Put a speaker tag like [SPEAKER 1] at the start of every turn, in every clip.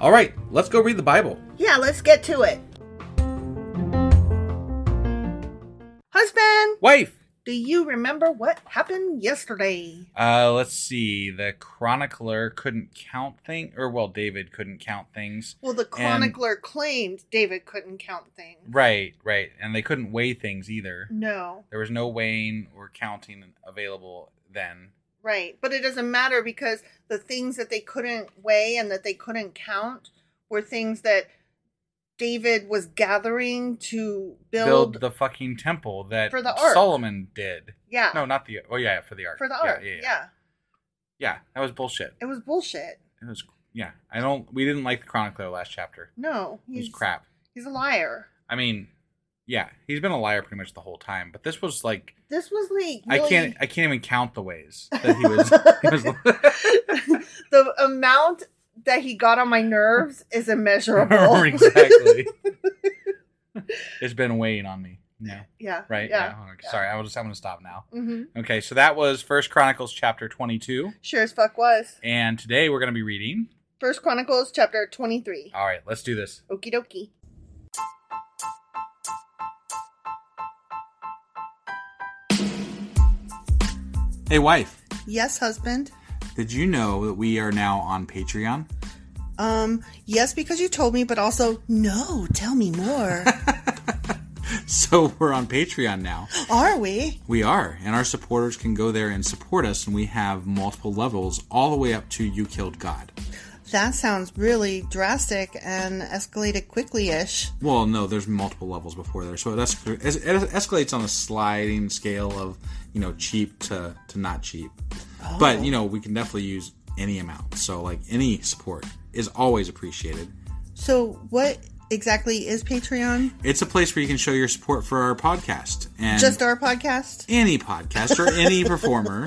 [SPEAKER 1] All right, let's go read the Bible.
[SPEAKER 2] Yeah, let's get to it. Husband,
[SPEAKER 1] Wife!
[SPEAKER 2] do you remember what happened yesterday?
[SPEAKER 1] Uh, let's see. The chronicler couldn't count things, or well, David couldn't count things.
[SPEAKER 2] Well, the
[SPEAKER 1] And-
[SPEAKER 2] chronicler claimed David couldn't count things.
[SPEAKER 1] right, right, and they couldn't weigh things either.
[SPEAKER 2] No,
[SPEAKER 1] There was no weighing or counting available then.
[SPEAKER 2] right. But it doesn't matter because the things that they couldn't weigh and that they couldn't count were things that David was gathering to build.
[SPEAKER 1] the fucking temple that
[SPEAKER 2] For the ark.
[SPEAKER 1] Solomon did.
[SPEAKER 2] yeah.
[SPEAKER 1] No, not the. Oh yeah, for the ark.
[SPEAKER 2] for the
[SPEAKER 1] Yeah,
[SPEAKER 2] ark.
[SPEAKER 1] Yeah, yeah,
[SPEAKER 2] yeah.
[SPEAKER 1] Yeah, that was bullshit.
[SPEAKER 2] It was bullshit.
[SPEAKER 1] It was. Yeah, I don't. We didn't like the chronicler last chapter.
[SPEAKER 2] No,
[SPEAKER 1] It was
[SPEAKER 2] he's
[SPEAKER 1] crap.
[SPEAKER 2] He's a liar.
[SPEAKER 1] I mean, yeah, he's been a liar pretty much the whole time. But this was like.
[SPEAKER 2] This was like
[SPEAKER 1] I can't. I can't even count the ways that he was. he was
[SPEAKER 2] really- the amount that he got on my nerves is immeasurable.
[SPEAKER 1] exactly. it's been weighing on me. No.
[SPEAKER 2] yeah.
[SPEAKER 1] Right.
[SPEAKER 2] Yeah.
[SPEAKER 1] now. Okay, Sorry. I will just. I'm gonna stop now.
[SPEAKER 2] hmm
[SPEAKER 1] Okay. So that was First Chronicles chapter 22,
[SPEAKER 2] Sure as fuck was.
[SPEAKER 1] and today we're gonna be reading.
[SPEAKER 2] First Chronicles chapter twenty three.
[SPEAKER 1] All right. Let's do this.
[SPEAKER 2] Okie dokie.
[SPEAKER 1] Hey, wife.
[SPEAKER 2] Yes, husband.
[SPEAKER 1] Did you know that we are now on Patreon?
[SPEAKER 2] Um, yes, because you told me, but also no. Tell me more.
[SPEAKER 1] So we're on Patreon now.
[SPEAKER 2] Are we?
[SPEAKER 1] We are, and our supporters can go there and support us, and we have multiple levels all the way up to You Killed God.
[SPEAKER 2] That sounds really drastic and escalated quickly ish.
[SPEAKER 1] Well, no, there's multiple levels before there, so it, es- it escalates on a sliding scale of you know cheap to to not cheap. But you know we can definitely use any amount, so like any support is always appreciated.
[SPEAKER 2] So, what exactly is Patreon?
[SPEAKER 1] It's a place where you can show your support for our podcast and
[SPEAKER 2] Just our podcast?
[SPEAKER 1] any podcast or any performer.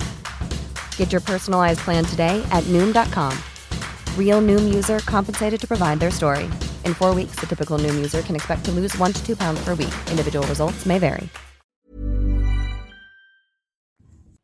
[SPEAKER 3] Get your personalized plan today at Noom.com. Real Noom user compensated to provide their story. In four weeks, the typical Noom user can expect to lose one to two pounds per week. Individual results may vary.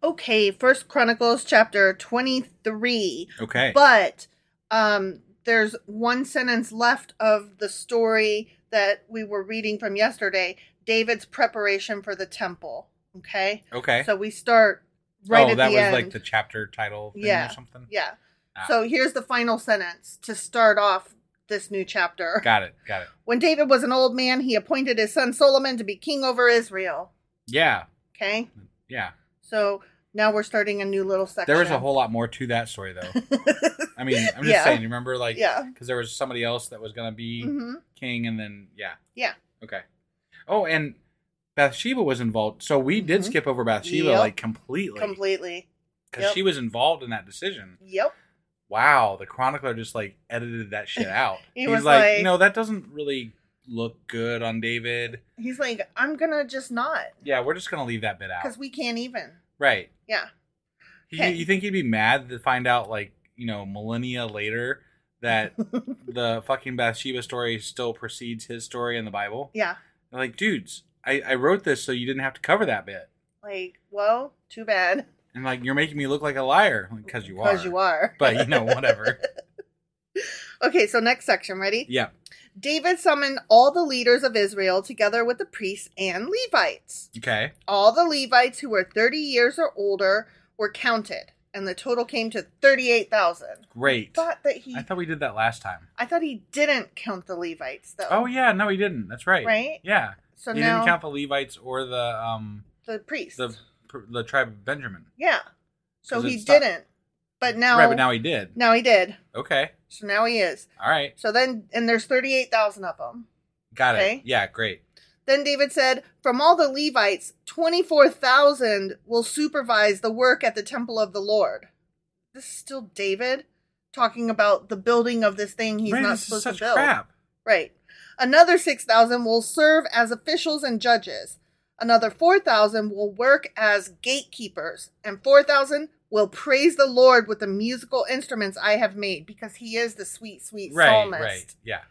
[SPEAKER 2] Okay, First Chronicles chapter 23.
[SPEAKER 1] Okay.
[SPEAKER 2] But um there's one sentence left of the story that we were reading from yesterday, David's preparation for the temple, okay?
[SPEAKER 1] okay. Oh,
[SPEAKER 2] So we start right at the end.
[SPEAKER 1] chapter title
[SPEAKER 2] yeah. Yeah.
[SPEAKER 1] Ah.
[SPEAKER 2] So here's the final sentence to start off this new chapter.
[SPEAKER 1] Got it. Got it.
[SPEAKER 2] When David was an old man, he appointed his son Solomon to be king over Israel.
[SPEAKER 1] Yeah.
[SPEAKER 2] Okay?
[SPEAKER 1] Yeah.
[SPEAKER 2] So now we're starting a new little section.
[SPEAKER 1] There was a whole lot more to that story, though. I mean, I'm just
[SPEAKER 2] Yeah.
[SPEAKER 1] saying. You remember, like,
[SPEAKER 2] Yeah.
[SPEAKER 1] because there was somebody else that was gonna be
[SPEAKER 2] hmm
[SPEAKER 1] king, and then yeah,
[SPEAKER 2] Yeah.
[SPEAKER 1] okay. Oh, and Bathsheba was involved, so we did
[SPEAKER 2] Mhm.
[SPEAKER 1] skip over Bathsheba
[SPEAKER 2] Yep.
[SPEAKER 1] like completely,
[SPEAKER 2] Completely.
[SPEAKER 1] because
[SPEAKER 2] Yep.
[SPEAKER 1] she was involved in that decision.
[SPEAKER 2] Yep.
[SPEAKER 1] Wow, the chronicler just like edited that shit out.
[SPEAKER 2] He
[SPEAKER 1] He's
[SPEAKER 2] was
[SPEAKER 1] like,
[SPEAKER 2] like-
[SPEAKER 1] you know, that doesn't really look good on David.
[SPEAKER 2] He's like, I'm gonna just not
[SPEAKER 1] Yeah, we're just gonna leave that bit out,
[SPEAKER 2] because we can't even.
[SPEAKER 1] right?
[SPEAKER 2] Yeah.
[SPEAKER 1] You,
[SPEAKER 2] Okay.
[SPEAKER 1] you think he'd be mad to find out, like, you know, millennia later that the fucking Bathsheba story still precedes his story in the Bible?
[SPEAKER 2] Yeah.
[SPEAKER 1] Like, dudes, I, I wrote this so you didn't have to cover that bit.
[SPEAKER 2] Like, well, too bad.
[SPEAKER 1] And, like, you're making me look like a liar. Because you are.
[SPEAKER 2] Because you are.
[SPEAKER 1] But, you know, whatever.
[SPEAKER 2] Okay, so next section, ready?
[SPEAKER 1] yeah.
[SPEAKER 2] David summoned all the leaders of Israel together with the priests and Levites.
[SPEAKER 1] Okay.
[SPEAKER 2] All the Levites who were 30 years or older were counted, and the total came to 38,000.
[SPEAKER 1] Great.
[SPEAKER 2] Thought that he
[SPEAKER 1] I thought we did that last time.
[SPEAKER 2] I thought he didn't count the Levites though.
[SPEAKER 1] Oh, yeah. No, he didn't. That's right.
[SPEAKER 2] Right?
[SPEAKER 1] Yeah.
[SPEAKER 2] So
[SPEAKER 1] he
[SPEAKER 2] now
[SPEAKER 1] didn't count the Levites or the, um,
[SPEAKER 2] the priests.
[SPEAKER 1] the, the tribe of Benjamin.
[SPEAKER 2] yeah. So
[SPEAKER 1] 'Cause
[SPEAKER 2] he
[SPEAKER 1] it stopped.
[SPEAKER 2] didn't. But now
[SPEAKER 1] Right, but now he did.
[SPEAKER 2] now he did.
[SPEAKER 1] Okay.
[SPEAKER 2] So now he is.
[SPEAKER 1] All right.
[SPEAKER 2] So then, and there's 38,000 of them.
[SPEAKER 1] Got it.
[SPEAKER 2] Okay.
[SPEAKER 1] Yeah, great.
[SPEAKER 2] Then David said, From all the Levites, 24,000 will supervise the work at the temple of the Lord. This is still David talking about the building of this thing he's
[SPEAKER 1] Right,
[SPEAKER 2] not
[SPEAKER 1] this is
[SPEAKER 2] supposed
[SPEAKER 1] such
[SPEAKER 2] to build.
[SPEAKER 1] crap.
[SPEAKER 2] Right. Another 6,000 will serve as officials and judges. Another 4,000 will work as gatekeepers. And 4,000 will praise the Lord with the musical instruments I have made because he is the sweet, sweet
[SPEAKER 1] Right,
[SPEAKER 2] psalmist.
[SPEAKER 1] right. Yeah.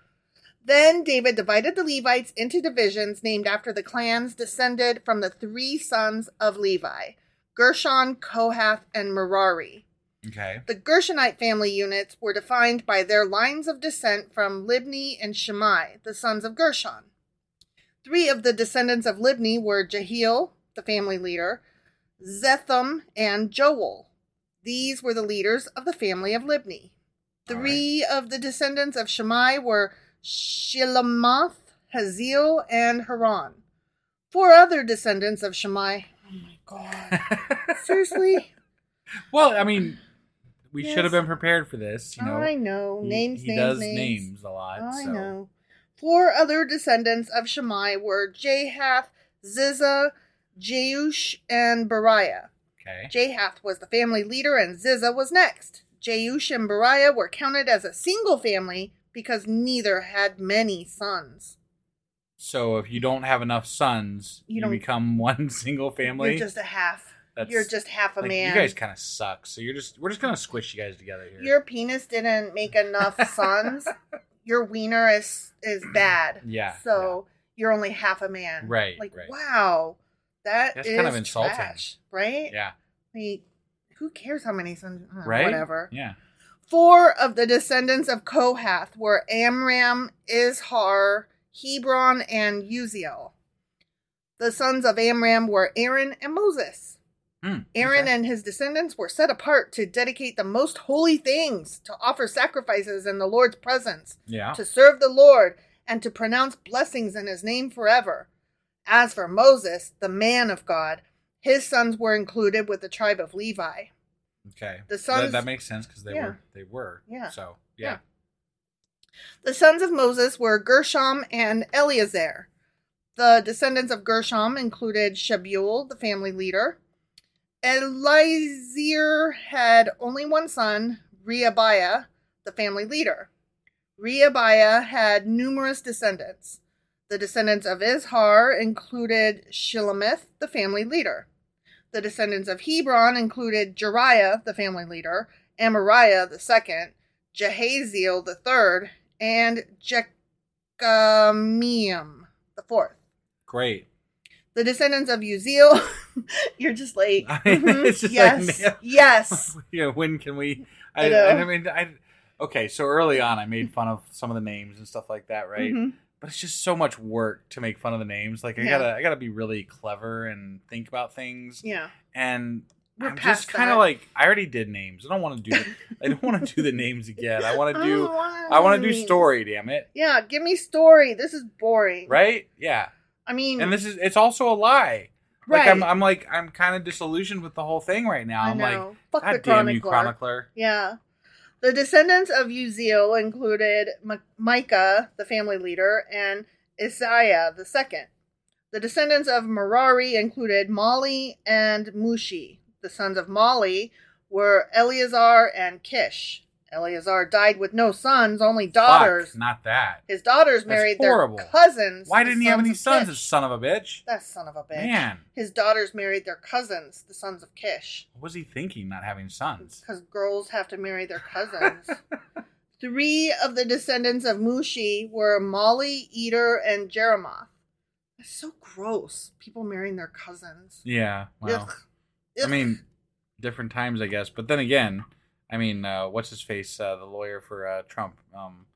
[SPEAKER 2] Then David divided the Levites into divisions named after the clans descended from the three sons of Levi Gershon, Kohath, and Merari.
[SPEAKER 1] Okay.
[SPEAKER 2] The Gershonite family units were defined by their lines of descent from Libni and Shimei, the sons of Gershon. Three of the descendants of Libni were Jehiel, the family leader, Zetham, and Joel. These were the leaders of the family of Libni.
[SPEAKER 1] All right.
[SPEAKER 2] Three of the descendants of Shimei were Shilamoth, Haziel, and Haran. Four other descendants of Shammai. Oh my god. Seriously?
[SPEAKER 1] Well, I mean, we
[SPEAKER 2] Yes.
[SPEAKER 1] should have been prepared for this. You know,
[SPEAKER 2] I know.
[SPEAKER 1] He-
[SPEAKER 2] Names,
[SPEAKER 1] he
[SPEAKER 2] names,
[SPEAKER 1] does
[SPEAKER 2] names.
[SPEAKER 1] names a lot,
[SPEAKER 2] I
[SPEAKER 1] so.
[SPEAKER 2] know. Four other descendants of Shammai were Jahath, Zizah, Jeush, and Beriah.
[SPEAKER 1] okay.
[SPEAKER 2] Jahath was the family leader and Zizah was next. Jeush and Beriah were counted as a single family because neither had many sons.
[SPEAKER 1] So if you don't have enough sons,
[SPEAKER 2] You
[SPEAKER 1] you,
[SPEAKER 2] don't-
[SPEAKER 1] become one single family.
[SPEAKER 2] You're just a half.
[SPEAKER 1] That's-
[SPEAKER 2] You're just half a
[SPEAKER 1] like,
[SPEAKER 2] man.
[SPEAKER 1] You guys kind of suck. So you're just we're just gonna squish you guys together here.
[SPEAKER 2] Your penis didn't make enough sons. Your wiener is is bad.
[SPEAKER 1] Yeah,
[SPEAKER 2] So you're only half a man.
[SPEAKER 1] Right,
[SPEAKER 2] Like
[SPEAKER 1] right.
[SPEAKER 2] wow,
[SPEAKER 1] That's
[SPEAKER 2] That's
[SPEAKER 1] kind of insulting.
[SPEAKER 2] right?
[SPEAKER 1] yeah.
[SPEAKER 2] Like, who cares how many sons? uh,
[SPEAKER 1] Right.
[SPEAKER 2] Whatever.
[SPEAKER 1] Yeah.
[SPEAKER 2] Four of the descendants of Kohath were Amram, Izhar, Hebron, and Uziel. The sons of Amram were Aaron and Moses.
[SPEAKER 1] Hmm,
[SPEAKER 2] Aaron
[SPEAKER 1] okay.
[SPEAKER 2] and his descendants were set apart to dedicate the most holy things, to offer sacrifices in the Lord's presence,
[SPEAKER 1] yeah.
[SPEAKER 2] to serve the Lord, and to pronounce blessings in his name forever. As for Moses, the man of God, his sons were included with the tribe of Levi.
[SPEAKER 1] okay.
[SPEAKER 2] the
[SPEAKER 1] That-
[SPEAKER 2] sons-
[SPEAKER 1] that, makes sense because they
[SPEAKER 2] Yeah.
[SPEAKER 1] were they were.
[SPEAKER 2] Yeah.
[SPEAKER 1] So
[SPEAKER 2] Yeah.
[SPEAKER 1] yeah.
[SPEAKER 2] The sons of Moses were Gershom and Eleazar. The descendants of Gershom included Shebuel, the family leader. Elizir had only one son, Rehabiah, the family leader. Rehabiah had numerous descendants. The descendants of Izhar included Shilamith, the family leader. The descendants of Hebron included Jeriah, the family leader, Amariah the second, Jehaziel the third, and Jechamiam the fourth.
[SPEAKER 1] Great.
[SPEAKER 2] The descendants of Uziel, you're just late.
[SPEAKER 1] I mean,
[SPEAKER 2] Mhm.
[SPEAKER 1] it's just like,
[SPEAKER 2] yes,
[SPEAKER 1] man.
[SPEAKER 2] yes.
[SPEAKER 1] you know, when can we?
[SPEAKER 2] I
[SPEAKER 1] I,
[SPEAKER 2] know.
[SPEAKER 1] I, mean, I. Okay, so early on, I made fun of some of the names and stuff like that, right?
[SPEAKER 2] Mhm.
[SPEAKER 1] But it's just so much work to make fun of the names. Like I
[SPEAKER 2] Yeah.
[SPEAKER 1] gotta, I gotta be really clever and think about things.
[SPEAKER 2] Yeah.
[SPEAKER 1] And
[SPEAKER 2] We're
[SPEAKER 1] I'm
[SPEAKER 2] past
[SPEAKER 1] just kind
[SPEAKER 2] that.
[SPEAKER 1] of like, I already did names. I don't want to do. I don't want to do the names again. I want to
[SPEAKER 2] I
[SPEAKER 1] do.
[SPEAKER 2] don't wanna
[SPEAKER 1] I want
[SPEAKER 2] do
[SPEAKER 1] to do
[SPEAKER 2] names.
[SPEAKER 1] story. Damn it!
[SPEAKER 2] Yeah, give me story. This is boring.
[SPEAKER 1] Right? Yeah.
[SPEAKER 2] I mean,
[SPEAKER 1] And this is. It's also a lie. Like I'm,
[SPEAKER 2] Right.
[SPEAKER 1] I'm like I'm kind of disillusioned with the whole thing right now.
[SPEAKER 2] I
[SPEAKER 1] I'm
[SPEAKER 2] know.
[SPEAKER 1] like,
[SPEAKER 2] Fuck
[SPEAKER 1] God
[SPEAKER 2] the
[SPEAKER 1] damn you,
[SPEAKER 2] chronicler."
[SPEAKER 1] chronicler.
[SPEAKER 2] Yeah. The descendants of Uziel included Mi- Micah, the family leader, and Isaiah the second. The descendants of Merari included Mali and Mushi. The sons of Mali were Eleazar and Kish. Eleazar died with no sons, only daughters.
[SPEAKER 1] Fuck, not that.
[SPEAKER 2] His daughters
[SPEAKER 1] That's
[SPEAKER 2] married
[SPEAKER 1] horrible.
[SPEAKER 2] their cousins.
[SPEAKER 1] Why
[SPEAKER 2] the
[SPEAKER 1] didn't he have any
[SPEAKER 2] of
[SPEAKER 1] sons?
[SPEAKER 2] Kish.
[SPEAKER 1] This son of a bitch.
[SPEAKER 2] That son of a bitch.
[SPEAKER 1] Man.
[SPEAKER 2] His daughters married their cousins, the sons of Kish
[SPEAKER 1] What was he thinking? Not having sons.
[SPEAKER 2] because girls have to marry their cousins. Three of the descendants of Mushi were Molly, Eater, and Jeremoth. That's so gross. People marrying their cousins.
[SPEAKER 1] Yeah. Well,
[SPEAKER 2] Ugh.
[SPEAKER 1] I mean, different times, I guess. But then again, I mean, uh, what's his face? Uh, the lawyer for uh, Trump. Um,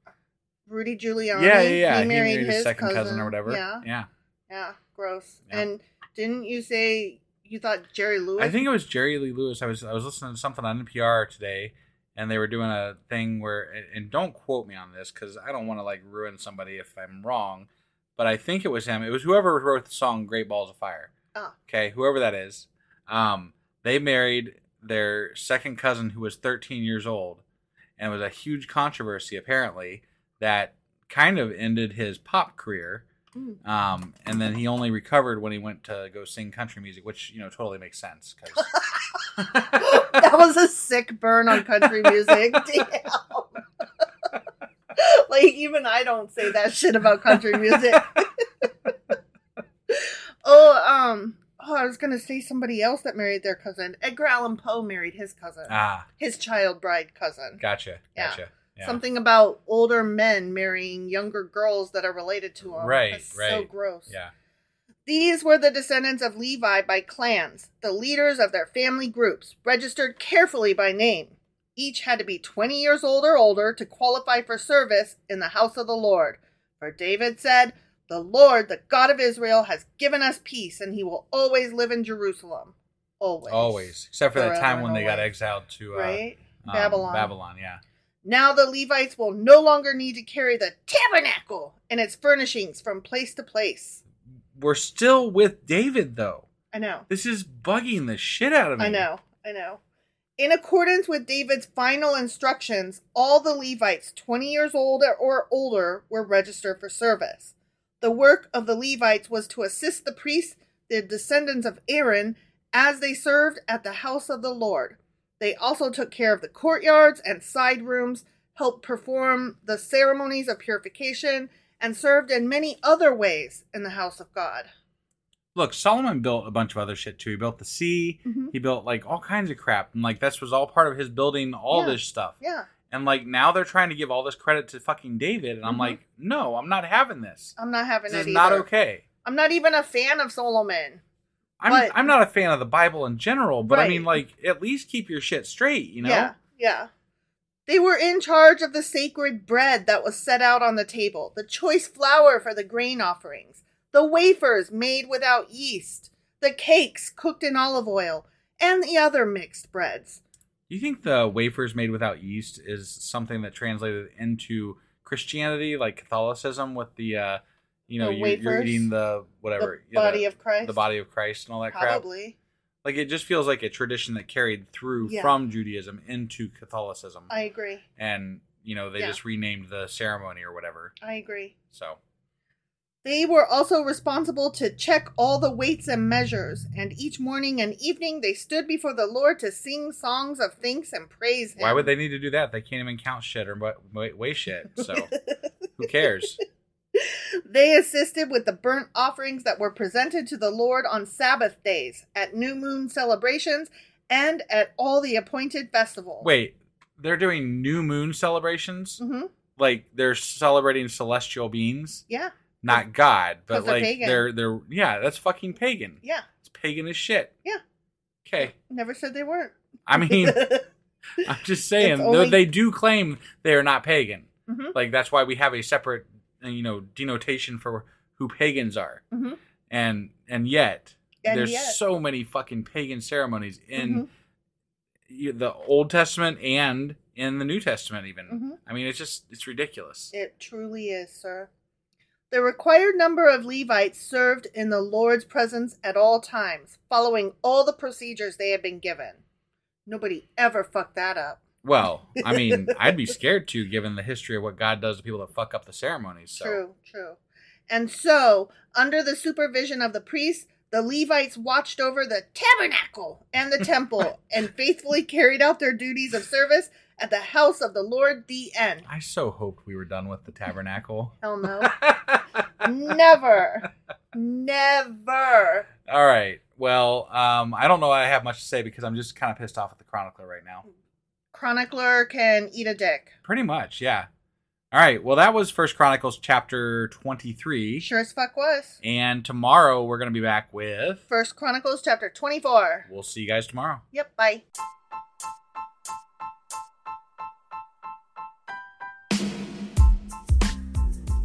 [SPEAKER 2] Rudy Giuliani.
[SPEAKER 1] yeah, yeah, yeah.
[SPEAKER 2] He married, his
[SPEAKER 1] second cousin. or whatever.
[SPEAKER 2] Yeah, yeah,
[SPEAKER 1] Yeah.
[SPEAKER 2] gross.
[SPEAKER 1] Yeah.
[SPEAKER 2] And didn't you say you thought Jerry Lewis?
[SPEAKER 1] I think it was Jerry Lee Lewis. I was I was listening to something on NPR today, and they were doing a thing where and- and don't quote me on this because I don't want to like ruin somebody if I'm wrong, but I think it was him. It was whoever wrote the song "Great Balls of Fire."
[SPEAKER 2] Oh.
[SPEAKER 1] Okay, whoever that is, um, they married their second cousin who was 13 years old, and it was a huge controversy apparently that kind of ended his pop career. Um, and then he only recovered when he went to go sing country music, which you know totally makes sense. 'cause-
[SPEAKER 2] that was a sick burn on country music. Damn. like even I don't say that shit about country music. oh, um, oh, I was gonna say somebody else that married their cousin. Edgar Allan Poe married his cousin,
[SPEAKER 1] ah,
[SPEAKER 2] his child bride cousin.
[SPEAKER 1] gotcha,
[SPEAKER 2] Yeah.
[SPEAKER 1] gotcha. Yeah.
[SPEAKER 2] Something about older men marrying younger girls that are related to them.
[SPEAKER 1] Right,
[SPEAKER 2] That's So
[SPEAKER 1] right.
[SPEAKER 2] gross.
[SPEAKER 1] Yeah.
[SPEAKER 2] These were the descendants of Levi by clans, the leaders of their family groups, registered carefully by name. Each had to be 20 years old or older to qualify for service in the house of the Lord. For David said, The Lord, the God of Israel, has given us peace, and he will always live in Jerusalem. Always.
[SPEAKER 1] Always, except for that
[SPEAKER 2] Forever
[SPEAKER 1] time when
[SPEAKER 2] and
[SPEAKER 1] they got
[SPEAKER 2] always.
[SPEAKER 1] exiled to uh,
[SPEAKER 2] Right?
[SPEAKER 1] um,
[SPEAKER 2] Babylon.
[SPEAKER 1] Babylon, yeah.
[SPEAKER 2] Now the Levites will no longer need to carry the tabernacle and its furnishings from place to place.
[SPEAKER 1] We're still with David though.
[SPEAKER 2] I know.
[SPEAKER 1] This is bugging the shit out of me.
[SPEAKER 2] I know, I know. In accordance with David's final instructions, all the Levites 20 years old or older were registered for service. The work of the Levites was to assist the priests, the descendants of Aaron, as they served at the house of the Lord. They also took care of the courtyards and side rooms, helped perform the ceremonies of purification, and served in many other ways in the house of God.
[SPEAKER 1] Look, Solomon built a bunch of other shit too. He built the sea.
[SPEAKER 2] Mm-hmm.
[SPEAKER 1] He built like all kinds of crap, and like this was all part of his building all
[SPEAKER 2] Yeah.
[SPEAKER 1] this stuff.
[SPEAKER 2] Yeah,
[SPEAKER 1] And like now they're trying to give all this credit to fucking David, and I'm like, no, I'm not having this.
[SPEAKER 2] Mm-hmm. I'm not having
[SPEAKER 1] this
[SPEAKER 2] it
[SPEAKER 1] is not
[SPEAKER 2] either.
[SPEAKER 1] okay.
[SPEAKER 2] I'm not even a fan of Solomon.
[SPEAKER 1] I'm
[SPEAKER 2] But-
[SPEAKER 1] I'm not a fan of the Bible in general, but I
[SPEAKER 2] Right.
[SPEAKER 1] mean, like, at least keep your shit straight, you know?
[SPEAKER 2] Yeah, yeah. They were in charge of the sacred bread that was set out on the table, the choice flour for the grain offerings, the wafers made without yeast, the cakes cooked in olive oil, and the other mixed breads.
[SPEAKER 1] You think the wafers made without yeast is something that translated into Christianity, like Catholicism, with the, uh, you know,
[SPEAKER 2] The
[SPEAKER 1] you're, you're
[SPEAKER 2] wafers?
[SPEAKER 1] eating the whatever
[SPEAKER 2] The body of Christ?
[SPEAKER 1] the body of Christ, and all that crap.
[SPEAKER 2] Probably.
[SPEAKER 1] Like it just feels like a tradition that carried through
[SPEAKER 2] Yeah.
[SPEAKER 1] from Judaism into Catholicism,
[SPEAKER 2] I agree.
[SPEAKER 1] and you know they
[SPEAKER 2] Yeah.
[SPEAKER 1] just renamed the ceremony or whatever.
[SPEAKER 2] I agree.
[SPEAKER 1] So
[SPEAKER 2] They were also responsible to check all the weights and measures, and each morning and evening they stood before the Lord to sing songs of thanks and praise Him.
[SPEAKER 1] why would they need to do that? They can't even count shit or wa- wa- weigh shit. So who cares?
[SPEAKER 2] They assisted with the burnt offerings that were presented to the Lord on Sabbath days, at new moon celebrations, and at all the appointed festivals.
[SPEAKER 1] Wait, they're doing new moon celebrations.
[SPEAKER 2] hmm
[SPEAKER 1] like they're celebrating celestial beings,
[SPEAKER 2] Yeah,
[SPEAKER 1] not God, but
[SPEAKER 2] 'Cause they're
[SPEAKER 1] like
[SPEAKER 2] pagan.
[SPEAKER 1] they're they're yeah, that's fucking pagan.
[SPEAKER 2] yeah,
[SPEAKER 1] It's pagan as shit.
[SPEAKER 2] yeah.
[SPEAKER 1] Okay,
[SPEAKER 2] Never said they weren't.
[SPEAKER 1] I mean, I'm just saying
[SPEAKER 2] It's
[SPEAKER 1] though
[SPEAKER 2] only-
[SPEAKER 1] they do claim they are not pagan.
[SPEAKER 2] Mhm.
[SPEAKER 1] Like that's why we have a separate uh, you know denotation for who pagans are,
[SPEAKER 2] Mhm.
[SPEAKER 1] and and yet
[SPEAKER 2] And
[SPEAKER 1] there's
[SPEAKER 2] yet.
[SPEAKER 1] so many fucking pagan ceremonies in
[SPEAKER 2] Mm-hmm.
[SPEAKER 1] y the Old Testament and in the New Testament even.
[SPEAKER 2] Mhm.
[SPEAKER 1] I mean, it's just it's ridiculous.
[SPEAKER 2] It truly is, sir. The required number of Levites served in the Lord's presence at all times, following all the procedures they had been given. Nobody ever fucked that up.
[SPEAKER 1] Well, I mean, I'd be scared too, given the history of what God does to people that fuck up the ceremonies. So.
[SPEAKER 2] True, true. And so, under the supervision of the priests, the Levites watched over the tabernacle and the temple and faithfully carried out their duties of service at the house of the Lord, the end.
[SPEAKER 1] I so hoped we were done with the tabernacle.
[SPEAKER 2] Hell no. Never. Never.
[SPEAKER 1] All right. Well, um, I don't know. I have much to say because I'm just kind of pissed off at the chronicler right now.
[SPEAKER 2] Chronicler can eat a dick.
[SPEAKER 1] Pretty much, yeah. All right. Well, that was First Chronicles chapter 23,
[SPEAKER 2] Sure as fuck was.
[SPEAKER 1] and tomorrow we're gonna be back with.
[SPEAKER 2] First Chronicles chapter 24.
[SPEAKER 1] We'll see you guys tomorrow.
[SPEAKER 2] Yep, bye.